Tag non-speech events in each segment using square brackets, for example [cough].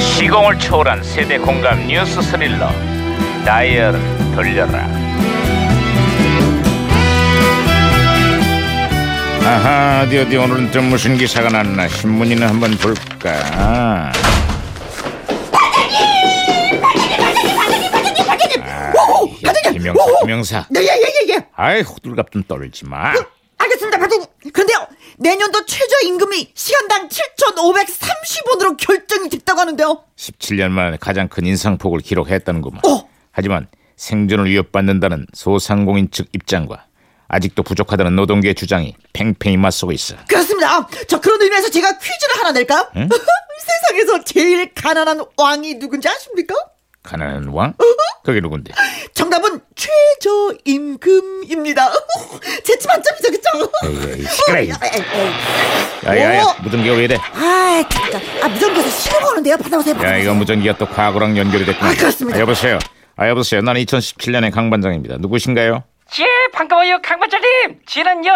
시공을 초월한 세대 공감 뉴스 스릴러 다이얼 돌려라 아하 어디 어디 오늘은 또 무슨 기사가 났나 신문이나 한번 볼까 오, 반장님. 김영사 오, 오. 김영사 네, 예, 예, 예, 예. 아이 호들갑 좀 떨지 마 알겠습니다, 반장님. 그런데요, 내년도 최저임금이 시간당 7,530원으로 결정이 됐다고 하는데요. 17년 만에 가장 큰 인상폭을 기록했다는구만 어. 하지만 생존을 위협받는다는 소상공인 측 입장과 아직도 부족하다는 노동계의 주장이 팽팽히 맞서고 있어 그렇습니다. 저 그런 의미에서 제가 퀴즈를 하나 낼까요? [laughs] 세상에서 제일 가난한 왕이 누군지 아십니까? 가난한 왕? 그게 누군데? 정답은 최저임금입니다. [laughs] 재치 만점이죠, 어, 그쵸? 에이, 에이, [laughs] 시끄러워. 에이, 에이, 에이. 야야야 오. 무전기가 왜 이래 아, 진짜. 아, 무전기에서 신호가 오는데요. 받아보세요. 야 이거 무전기가 또 과거랑 연결이 됐구나 아, 그렇습니다. 아, 여보세요 아 여보세요 나는 2017년의 강반장입니다 누구신가요? 예, 반가워요, 강반장님. 저는요,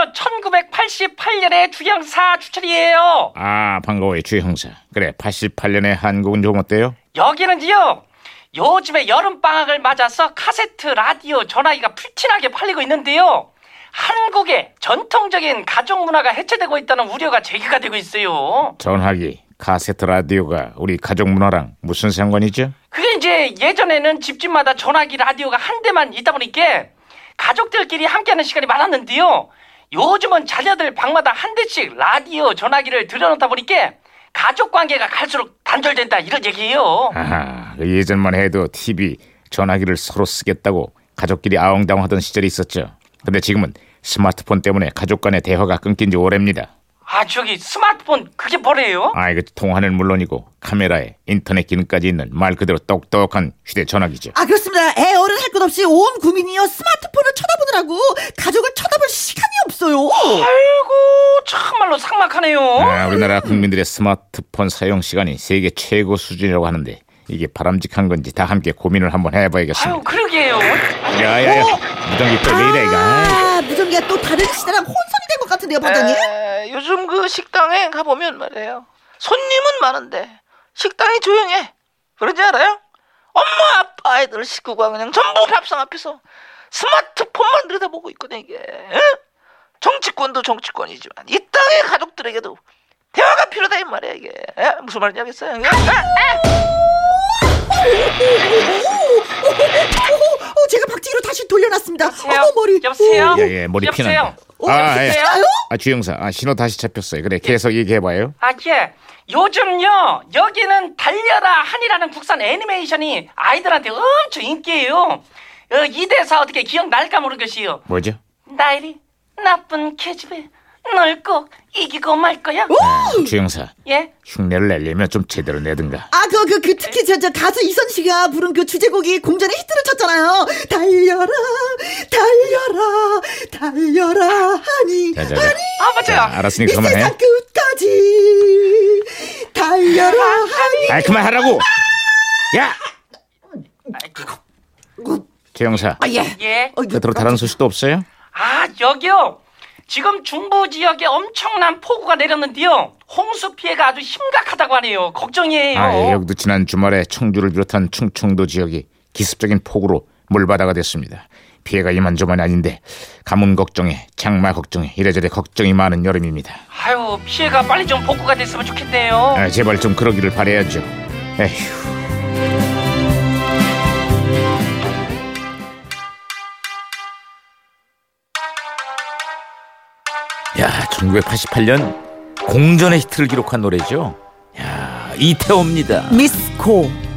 1988년에 주영사 추천이에요. 아 반가워요 주 형사 그래 88년에 한국은 좀 어때요? 여기는요, 요즘에 여름방학을 맞아서 카세트, 라디오, 전화기가 풀티나게 팔리고 있는데요. 한국의 전통적인 가족 문화가 해체되고 있다는 우려가 제기가 되고 있어요. 전화기 카세트 라디오가 우리 가족 문화랑 무슨 상관이죠? 그게 이제 예전에는 집집마다 전화기 라디오가 한 대만 있다 보니까 가족들끼리 함께하는 시간이 많았는데요. 요즘은 자녀들 방마다 한 대씩 라디오 전화기를 들여놓다 보니까 가족 관계가 갈수록 단절된다 이런 얘기예요. 아하 그 예전만 해도 TV 전화기를 서로 쓰겠다고 가족끼리 아웅다웅하던 시절이 있었죠 근데 지금은 스마트폰 때문에 가족 간의 대화가 끊긴 지 오래입니다 아 저기 스마트폰 그게 뭐래요? 아 이거 통화는 물론이고 카메라에 인터넷 기능까지 있는 말 그대로 똑똑한 휴대전화기죠 아 그렇습니다. 애 어른 할 것 없이 온 국민이요 스마트폰을 쳐다보느라고 가족을 쳐다볼 시간이 없어요. 아이고 정말로 삭막하네요. 아, 우리나라 국민들의 스마트폰 사용 시간이 세계 최고 수준이라고 하는데 이게 바람직한 건지 다 함께 고민을 한번 아유 해봐야겠습니다. 그러게요. 어? 야야야, 무전기 또왜 이래 이거? 아이, 아, 무전기가 또 다른 시대랑 혼선이 된 것 같은데요, 반장님. 네. 에, 요즘 그 식당에 가보면 말이에요. 손님은 많은데 식당이 조용해. 그러지 않아요? 엄마 아빠 아이들 식구가 그냥 전부 밥상 앞에서 스마트폰만 들여다보고 있거든 이게. 응? 정치권도 정치권이지만 이 땅의 가족들에게도 대화가 필요하다 이 말이야 이게. 에? 무슨 말인지 알겠어요? 이게? 오, 어, 제가 박치기로 다시 돌려놨습니다. 여보세요? 어머 머리. 여보세요? 아, 오. 야야, 머리 여보세요? 예. 피난다. 어, 아, 예. 여보세요? 아 주영사, 아 신호 다시 잡혔어요. 그래 계속 얘기해봐요. 아, 예. 요즘요, 여기는 달려라 한이라는 국산 애니메이션이 아이들한테 엄청 인기예요. 어, 이 대사 어떻게 기억날까 모르겠어요. 뭐죠? 나일이, 나쁜 캐집에 널 꼭 이기고 말 거야. 아, 주영사, 예? 흉내를 내려면 좀 제대로 내든가. 아, 그, 그, 그, 특히 저, 저 가수 이선 씨가 부른 그 주제곡이 공전에 히트를 쳤잖아요. 달려라, 달려라, 달려라, 하니, 자, 자, 자. 하니. 아, 자, 맞아요. 이 알았으니 그만해. 세상 끝까지 달려라 하니. 아 그만하라고. 야, 아이고, 주영사, 아, 예. 예. 어, 이거 끝으로 다른 소식도 없어요? 아, 여기요. 지금 중부 지역에 엄청난 폭우가 내렸는데요. 홍수 피해가 아주 심각하다고 하네요. 걱정이에요. 아, 예, 여기도 지난 주말에 청주를 비롯한 충청도 지역이 기습적인 폭우로 물바다가 됐습니다. 피해가 이만저만이 아닌데 가뭄 걱정에 장마 걱정에 이래저래 걱정이 많은 여름입니다. 아유, 피해가 빨리 좀 복구가 됐으면 좋겠네요. 아, 제발 좀 그러기를 바래야죠. 에휴. 야, 1988년 공전의 히트를 기록한 노래죠. 야, 이태호입니다. 미스 코